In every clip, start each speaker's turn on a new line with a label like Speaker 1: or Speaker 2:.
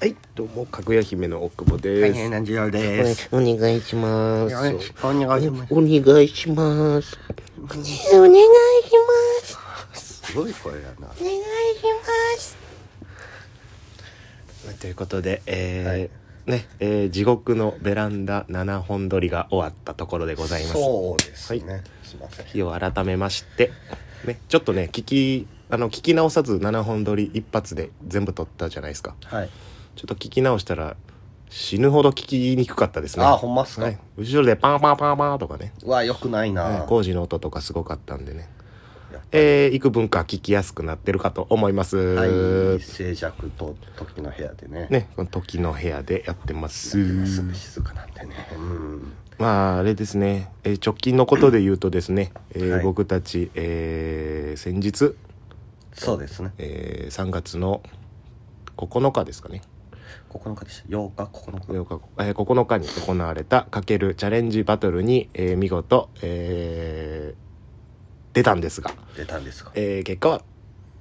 Speaker 1: はい、どうも、かぐや姫の奥保です。
Speaker 2: 大変な授業です。
Speaker 1: お願いします。
Speaker 2: お願いします
Speaker 1: お願いします。お願いします。
Speaker 2: すごい声や
Speaker 1: お
Speaker 2: な。
Speaker 1: 願いします。ということで、えー
Speaker 2: はい
Speaker 1: ね、えー地獄のベランダ7本撮りが終わったところでございます。
Speaker 2: そうですね。すいません。
Speaker 1: 日を改めまして、ね、ちょっとね、聞き、あの、聞き直さず7本撮り一発で全部撮ったじゃないですか。
Speaker 2: はい。
Speaker 1: ちょっと聞き直したら、死ぬほど聞きにくかったですね。
Speaker 2: あ、ほんまっすか
Speaker 1: はい。、後ろでパンパンパンパンとかね、
Speaker 2: うわ、よくない
Speaker 1: はい
Speaker 2: な。
Speaker 1: 工事の音とかすごかったんでね
Speaker 2: やっぱ、
Speaker 1: えー、幾分か聞きやすくなってるかと思います、
Speaker 2: はい。静寂と時の部屋でね。
Speaker 1: ねこの時の部屋でやってます
Speaker 2: すぐ静かなんでね。うん。
Speaker 1: まああれですね、えー直近のことで言うとですね、えー
Speaker 2: はい
Speaker 1: 僕たち、えー先日、
Speaker 2: そうですね。
Speaker 1: えー3月の9日ですかね
Speaker 2: 9日でした。8日、9日。
Speaker 1: 8日、えー9日に行われたかけるチャレンジバトルに、えー見事、えー出たんですが、
Speaker 2: 出たんですが。
Speaker 1: えー結果は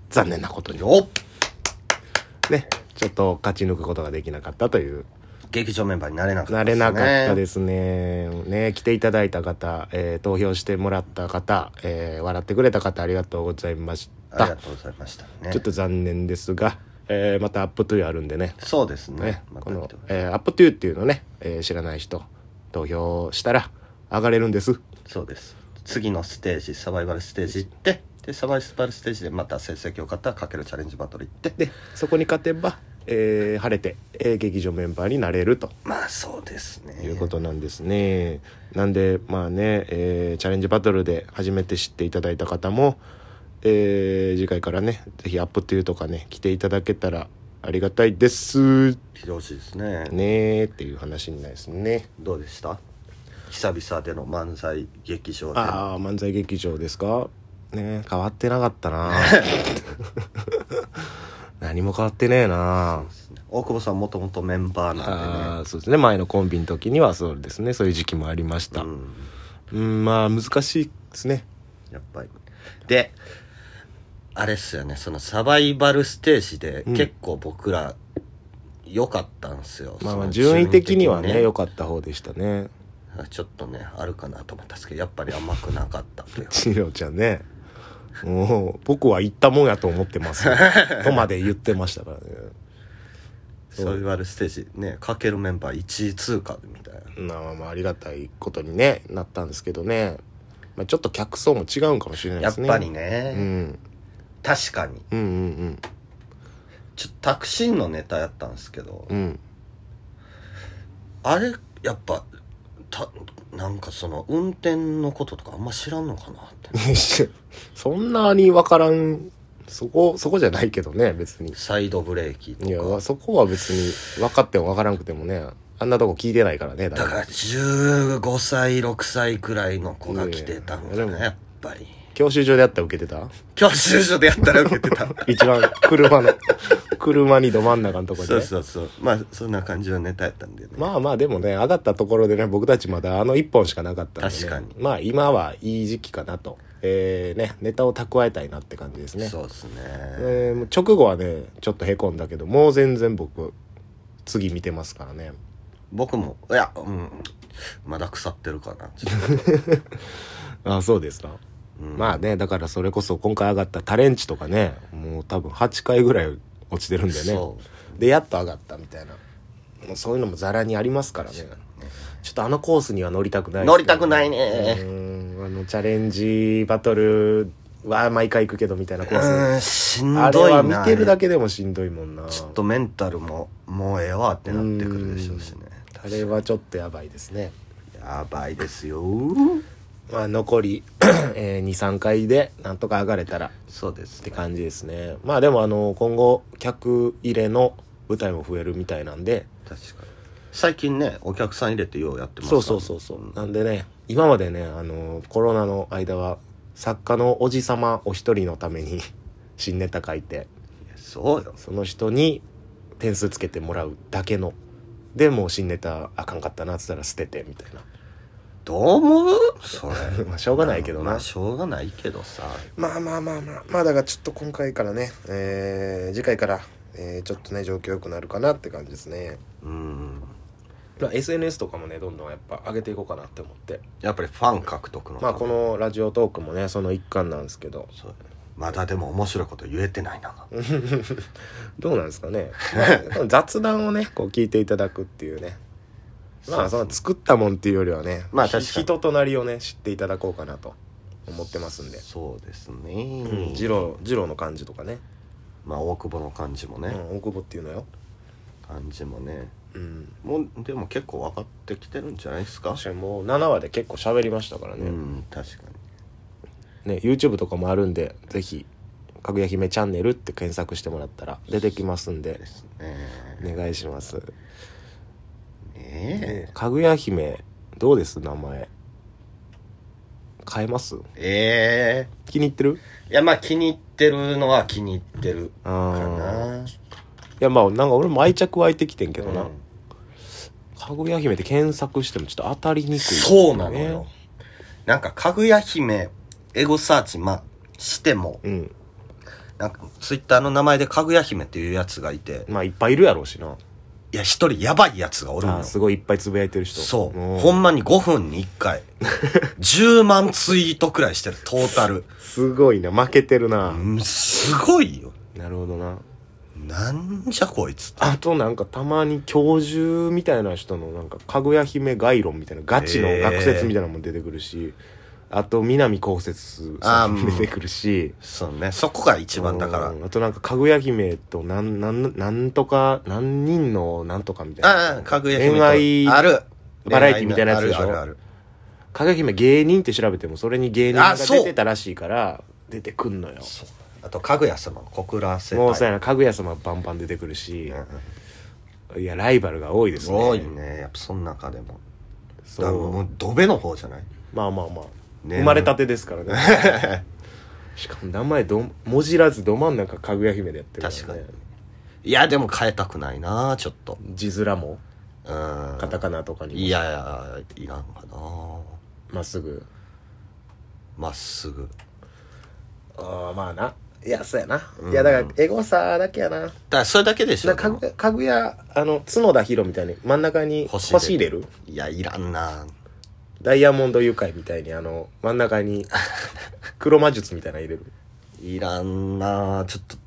Speaker 1: 残念なことに
Speaker 2: よっ
Speaker 1: ね、ちょっと勝ち抜くことができなかったという、
Speaker 2: 劇場メンバーになれなかった。
Speaker 1: なれなかったですすね。ね、来ていただいた方、えー投票してもらった方、えー笑ってくれた方、ありがとうございまし
Speaker 2: あり
Speaker 1: た。
Speaker 2: がとうございました。ね
Speaker 1: ちょっと。残念ですが、えーまたアップトゥーあるんでね、
Speaker 2: そうですね
Speaker 1: ね。
Speaker 2: また
Speaker 1: こ
Speaker 2: 来
Speaker 1: の
Speaker 2: てほし、い
Speaker 1: えーアップトゥーっていうのね、えー知らない人、投票したら上がれるんです。
Speaker 2: そうです。次のステージ、サバイバルステージ行って、で、サバイバルステージでまた成績良かったらかけるチャレンジバトル行って、
Speaker 1: で、そこに勝てば、えー晴れて、えー劇場メンバーになれると。
Speaker 2: まあそうですね。
Speaker 1: いうことなんですね。なんで、まあね、えーチャレンジバトルで初めて知っていただいた方も、えー次回からね、ぜひアップというとかね、来ていただけたらありがたいです。ね
Speaker 2: 来てほしいですね。
Speaker 1: ーっていう話になりますね。
Speaker 2: どうでした久々での漫才劇場で。
Speaker 1: ああ、漫才劇場ですかね変わってなかったな 何も変わってねえな
Speaker 2: 大久保さんもともとメンバーなん
Speaker 1: あーそうですね前のコンビの時にはそうですねそういう時期もありまし
Speaker 2: で
Speaker 1: た
Speaker 2: ね。うん。
Speaker 1: うんまあ難しいですね
Speaker 2: やっぱり。で、あれっすよね、そのサバイバルステージで
Speaker 1: うん
Speaker 2: 結構僕ら良かったんすよ。
Speaker 1: まあまあ
Speaker 2: その
Speaker 1: 順位的には
Speaker 2: 順位的
Speaker 1: ね良かった方でしたね
Speaker 2: あちょっとねあるかなと思ったんですけどやっぱり甘くなかったという
Speaker 1: 千尋ちゃんねもう僕は行ったもんやと思ってます よとまで言ってましたからね
Speaker 2: サバイバルステージねかけるメンバー1位通過みたいな
Speaker 1: まあまあまあありがたいことにねなったんですけどね、まあ、ちょっと客層も違うんかもしれない
Speaker 2: や
Speaker 1: で
Speaker 2: っ
Speaker 1: すね
Speaker 2: ぱり
Speaker 1: う
Speaker 2: ね、
Speaker 1: ん、
Speaker 2: 確かに
Speaker 1: うんうん
Speaker 2: ちょっとタクシーのネタやったんですけど、
Speaker 1: うん うん
Speaker 2: あれやっぱたなんかその運転のこととかあんま知らんのかなって
Speaker 1: そんなに分からんそこそこじゃないけどね別に
Speaker 2: サイドブレーキと
Speaker 1: いや
Speaker 2: か
Speaker 1: そこは別に分かっても分からんくてもねあんなとこ聞いてないからね
Speaker 2: だから15歳6歳くらいの子が来てたん
Speaker 1: いや
Speaker 2: か
Speaker 1: いや
Speaker 2: なやっぱり
Speaker 1: 教習所であったら受けてた
Speaker 2: 教習所でやったら受けて た
Speaker 1: 一番車 の車にど真ん中のところで
Speaker 2: そ
Speaker 1: ね、
Speaker 2: うそうそうまあそんな感じのネタやったんでね
Speaker 1: まあまあでもね上がったところでね僕たちまだあの1本しかなかったんで、ね、
Speaker 2: 確かに
Speaker 1: まあ今はいい時期かなとえー、ねネタを蓄えたいなって感じですね
Speaker 2: そうですね、
Speaker 1: えーもう直後はねちょっとへこんだけどもう全然僕次見てますからね
Speaker 2: 僕もいやうんまだ腐ってるかなちょっ
Speaker 1: ああそうですか、
Speaker 2: と、うん
Speaker 1: まあねだからそれこそ今回上がったタレンチとかねもう多分8回ぐらい落ちてるんでね
Speaker 2: そ
Speaker 1: でやっと上がったみたいなもうそういうのもざらにありますからねちょっとあのコースには乗りたくないですけど
Speaker 2: 乗りたくないね
Speaker 1: うんあのチャレンジバトルは毎回行くけどみたいなコ
Speaker 2: う
Speaker 1: ース
Speaker 2: ーんしんどいな
Speaker 1: あれは見てるだ
Speaker 2: け
Speaker 1: けでもしんどいもんな
Speaker 2: ちょっとメンタルももうええわってなってくるでしょうしね
Speaker 1: あれはちょっとやばいですね
Speaker 2: やばいですよ
Speaker 1: まあ残り、 えー、23回でなんとか上がれたらっ
Speaker 2: そうです
Speaker 1: て
Speaker 2: ね
Speaker 1: 感じですねまあでもあの今後客入れの舞台も増えるみたいなんで
Speaker 2: 確かに最近ねお客さん入れてようやってますか
Speaker 1: そ
Speaker 2: ら
Speaker 1: うそうそうそうなんでね今までねあのコロナの間は作家のおじさまお一人のために 新ネタ書いて
Speaker 2: いやそうよ
Speaker 1: その人に点数つけてもらうだけのでもう新ネタあかんかったなっつったら捨ててみたいな
Speaker 2: どう思うそれ
Speaker 1: まあしょうがないけど
Speaker 2: ま
Speaker 1: な
Speaker 2: あしょうがないけどさ
Speaker 1: まあまあまあまあまあだからちょっと今回からねえー次回からえーちょっとね状況良くなるかなって感じですね、
Speaker 2: うん
Speaker 1: まあ、SNS とかもねどんどんやっぱ上げていこうかなって思って
Speaker 2: やっぱりファン獲得の
Speaker 1: まあ
Speaker 2: た
Speaker 1: こ
Speaker 2: め
Speaker 1: のラジオトークもねその一環なんですけど
Speaker 2: そうまだでも面白いこと言えてないな
Speaker 1: どうなんですかね、 まあ雑談をねこう聞いていただくっていうねまあその作ったもんっていうよりはね
Speaker 2: まあ確かに
Speaker 1: 人となりをね知っていただこうかなと思ってますんで、
Speaker 2: そうです
Speaker 1: うん、
Speaker 2: ね
Speaker 1: ジロージローの感じとかね
Speaker 2: まあ大久保の感じもね、
Speaker 1: うん、大久保っていうのよ、
Speaker 2: 感じもね
Speaker 1: うん、
Speaker 2: もうでも結構分かってきてるんじゃないですか
Speaker 1: 確かにもう7話で結構喋りましたからね,、
Speaker 2: うん確かに
Speaker 1: ね YouTube とかもあるんでぜひ「かぐや姫チャンネル」って検索してもらったら出てきますんで
Speaker 2: ですね
Speaker 1: お願いします
Speaker 2: ね
Speaker 1: かぐや姫どうです名前変えます
Speaker 2: ええ
Speaker 1: 気に入ってる
Speaker 2: えいやまあ気に入ってるのは気に入ってる
Speaker 1: あ
Speaker 2: か
Speaker 1: ー
Speaker 2: ない
Speaker 1: やまあなんか俺も愛着湧いてきてんけ
Speaker 2: け
Speaker 1: どな、かぐや姫って検索してもちょっと当たりにくい、
Speaker 2: そうなのよなんかかぐや姫エゴサーチまあしても
Speaker 1: うん
Speaker 2: なんかツイッターの名前でかぐや姫っていうやつがいて
Speaker 1: まあいっぱいいるやろうしな
Speaker 2: いや一人やばいやつがおるの
Speaker 1: あ
Speaker 2: よ
Speaker 1: ーすごいいっぱいつぶやいてる人
Speaker 2: そう
Speaker 1: うん
Speaker 2: ほんまに5分に1回10万ツイートくらいしてるトータ ル
Speaker 1: すごいな負けてるな、
Speaker 2: うんすごいよ
Speaker 1: なるほどな
Speaker 2: なんじゃこいつ
Speaker 1: あとなんかたまに教授みたいな人のなんかかぐや姫概論みたいなガチの学説みたいなのも出てくるし、あと南こうせつさん
Speaker 2: あー
Speaker 1: も出てくるし
Speaker 2: そうねそこが一番だから
Speaker 1: うんあとなんかかぐや姫となんなんなんとか何人のなんとかみたいな
Speaker 2: ああかぐや姫
Speaker 1: 恋愛
Speaker 2: とある
Speaker 1: バラエティみたいなやつでしょ
Speaker 2: あるある
Speaker 1: かぐや姫芸人って調べてもそれに芸人が
Speaker 2: あそう
Speaker 1: 出てたらしいから出てくんのよ
Speaker 2: あとかぐや様の小倉世
Speaker 1: もうそう
Speaker 2: 代
Speaker 1: やなかぐや様バンバン出てくるし
Speaker 2: うんうん、
Speaker 1: いやライバルが多いですすね
Speaker 2: ごいねやっぱその中でも
Speaker 1: そ
Speaker 2: だからも
Speaker 1: う
Speaker 2: うドベの方じゃない
Speaker 1: まあまあまあ、
Speaker 2: ね
Speaker 1: 生まれたてですからね しかも名前どもじらずど真ん中かぐや姫でやってるから、ね、
Speaker 2: 確かにいやでも変えたくないなちょっと
Speaker 1: 字面も
Speaker 2: うん
Speaker 1: カタカナとかにも
Speaker 2: いやいやいらんかな
Speaker 1: まっすぐ
Speaker 2: まっすぐ
Speaker 1: ああまあないやそうやな、
Speaker 2: うん
Speaker 1: いやだからエゴサだけやな
Speaker 2: だからそれだけでしょ
Speaker 1: だからか
Speaker 2: で
Speaker 1: ぐ
Speaker 2: も
Speaker 1: かぐやあの角田博みたいに真ん中に
Speaker 2: 星
Speaker 1: 星入れる
Speaker 2: いやいらんな
Speaker 1: ダイヤモンド誘拐みたいにあの真ん中 に黒魔術みたいなの入れる
Speaker 2: いらんなちょっと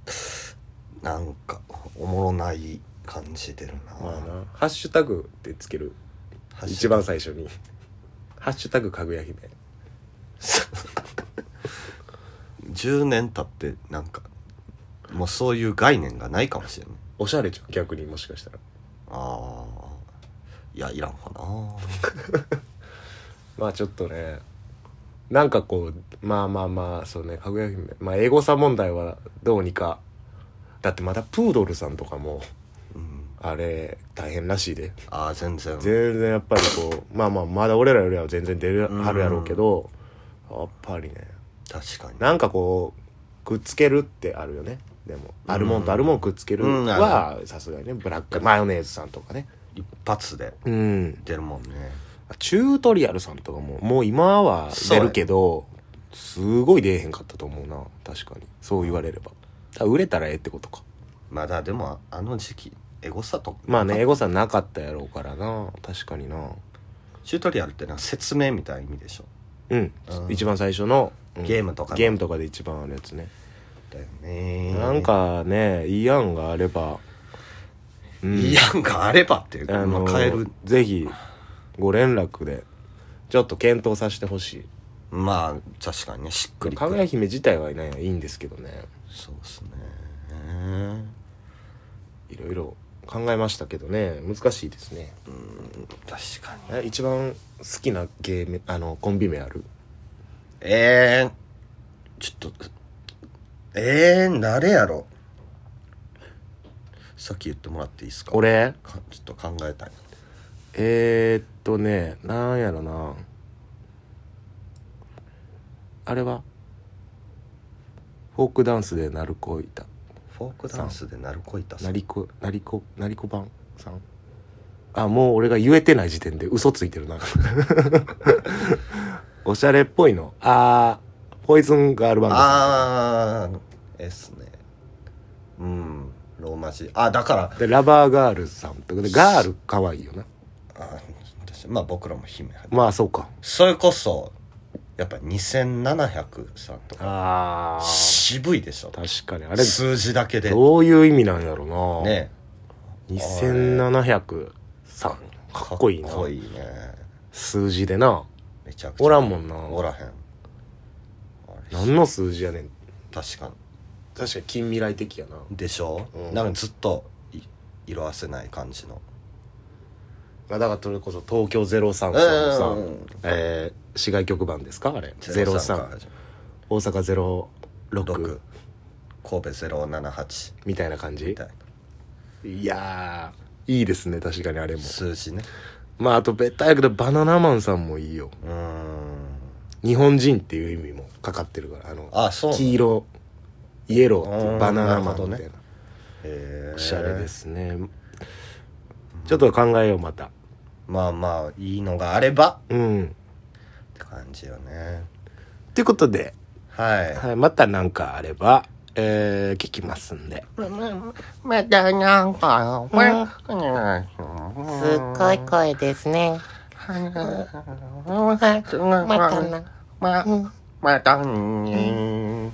Speaker 2: なんかおもろない感じ出るな,、
Speaker 1: まあなハッシュタグってつける
Speaker 2: はし
Speaker 1: 一番最初に「ハッシュタグかぐや姫」
Speaker 2: 10年経ってなんかもうそういう概念がないかもしれない
Speaker 1: おしゃれじゃん逆にもしかしたら
Speaker 2: ああいやいらんかな
Speaker 1: まあちょっとねなんかこうまあまあまあそうねかぐや姫まあエゴサ問題はどうにかだってまだプードルさんとかも
Speaker 2: うん
Speaker 1: あれ大変らしいで
Speaker 2: ああ全然
Speaker 1: 全然やっぱりこうまあまあまだ俺らよりは全然出る
Speaker 2: うん
Speaker 1: はるやろうけどやっぱりね
Speaker 2: 確かに
Speaker 1: なんかこうくっつけるってあるよねでもあるもんとあるもんくっつける
Speaker 2: うん
Speaker 1: はさすがにねブラックマヨネーズさんとかね
Speaker 2: 一発で
Speaker 1: うん
Speaker 2: 出るもんね
Speaker 1: チュートリアルさんとかももう今は出るけどすごい出えへんかったと思うな確かにそう言われればだから売れたらええってことか
Speaker 2: まだでもあの時期エゴサとか
Speaker 1: まあねエゴさんなかったやろうからな確かにな
Speaker 2: チュートリアルってのは説明みたいな意味でしょ
Speaker 1: うん
Speaker 2: うん
Speaker 1: 一番最初の、うん
Speaker 2: ゲームとかの
Speaker 1: ゲームとかで一番あるやつね
Speaker 2: だよね
Speaker 1: なんかねいい案があれば、うん
Speaker 2: いやなんかあればっていう
Speaker 1: あ
Speaker 2: か、ま
Speaker 1: の
Speaker 2: あ、変える
Speaker 1: ぜひご連絡でちょっと検討させてほし
Speaker 2: まあ確かにねしっく
Speaker 1: い
Speaker 2: り
Speaker 1: かぐや姫自体はいないいいんですけどね
Speaker 2: そうですね
Speaker 1: いろいろ考えましたけどね難しいですね
Speaker 2: 確かに
Speaker 1: え一番好きなゲームあのコンビ名ある
Speaker 2: ええちょっとええ誰やろさっき言ってもらっていいですか
Speaker 1: 俺
Speaker 2: かちょっと考えたい
Speaker 1: えー、っとねなんやろなあれはフォークダンスで鳴る子いた
Speaker 2: フォークダンスで鳴子いたさ
Speaker 1: なんりこなりこなりこ版さんあもう俺が言えてない時点で嘘ついてる なおしゃれっぽいのあーポイズンガールバンドさん
Speaker 2: ああですねうんローマ字あだから
Speaker 1: でラバーガールズさんってことでガールかわいいよな
Speaker 2: あ私まあ僕らも姫入って
Speaker 1: まあそうか
Speaker 2: それこそやっぱ2700さんとか
Speaker 1: あ
Speaker 2: 渋いでしょ
Speaker 1: 確かにあれ
Speaker 2: 数字だけで
Speaker 1: どういう意味なんやろな、
Speaker 2: ね
Speaker 1: 2703かっこいいな
Speaker 2: かっこいいね
Speaker 1: 数字でな
Speaker 2: めちゃくちゃ
Speaker 1: おらんもんな
Speaker 2: おらへんあれ
Speaker 1: 何の数字やねん
Speaker 2: 確か
Speaker 1: 確かに近未来的やな
Speaker 2: にでしょ、
Speaker 1: うん
Speaker 2: なんかずっとい色あせない感じの
Speaker 1: まあ、だからそれこそ東京03さんのさ、
Speaker 2: うんうんうん
Speaker 1: えー市外局番ですかあれ
Speaker 2: 03から
Speaker 1: 03
Speaker 2: 始ま
Speaker 1: 大阪
Speaker 2: る
Speaker 1: 06
Speaker 2: 6神戸078
Speaker 1: みたいな感じ
Speaker 2: みたい
Speaker 1: いやーいいですね確かにあれも
Speaker 2: な数字ね
Speaker 1: まああとベタやけどバナナマンさんもいいよ
Speaker 2: うーん
Speaker 1: 日本人っていう意味もかかってるからあの
Speaker 2: あそう
Speaker 1: 黄色イエローっていううんバナナマンみ
Speaker 2: なるほど
Speaker 1: た
Speaker 2: ね
Speaker 1: いな
Speaker 2: へー
Speaker 1: おしゃれですねちょっと考えようまた
Speaker 2: まあまあいいのがあれば
Speaker 1: うん
Speaker 2: って感じよね
Speaker 1: ということで、
Speaker 2: はい
Speaker 1: はい、また何かあれば、えー、聞きますんで
Speaker 3: またなんか、すっごい声ですね。またな。
Speaker 2: またに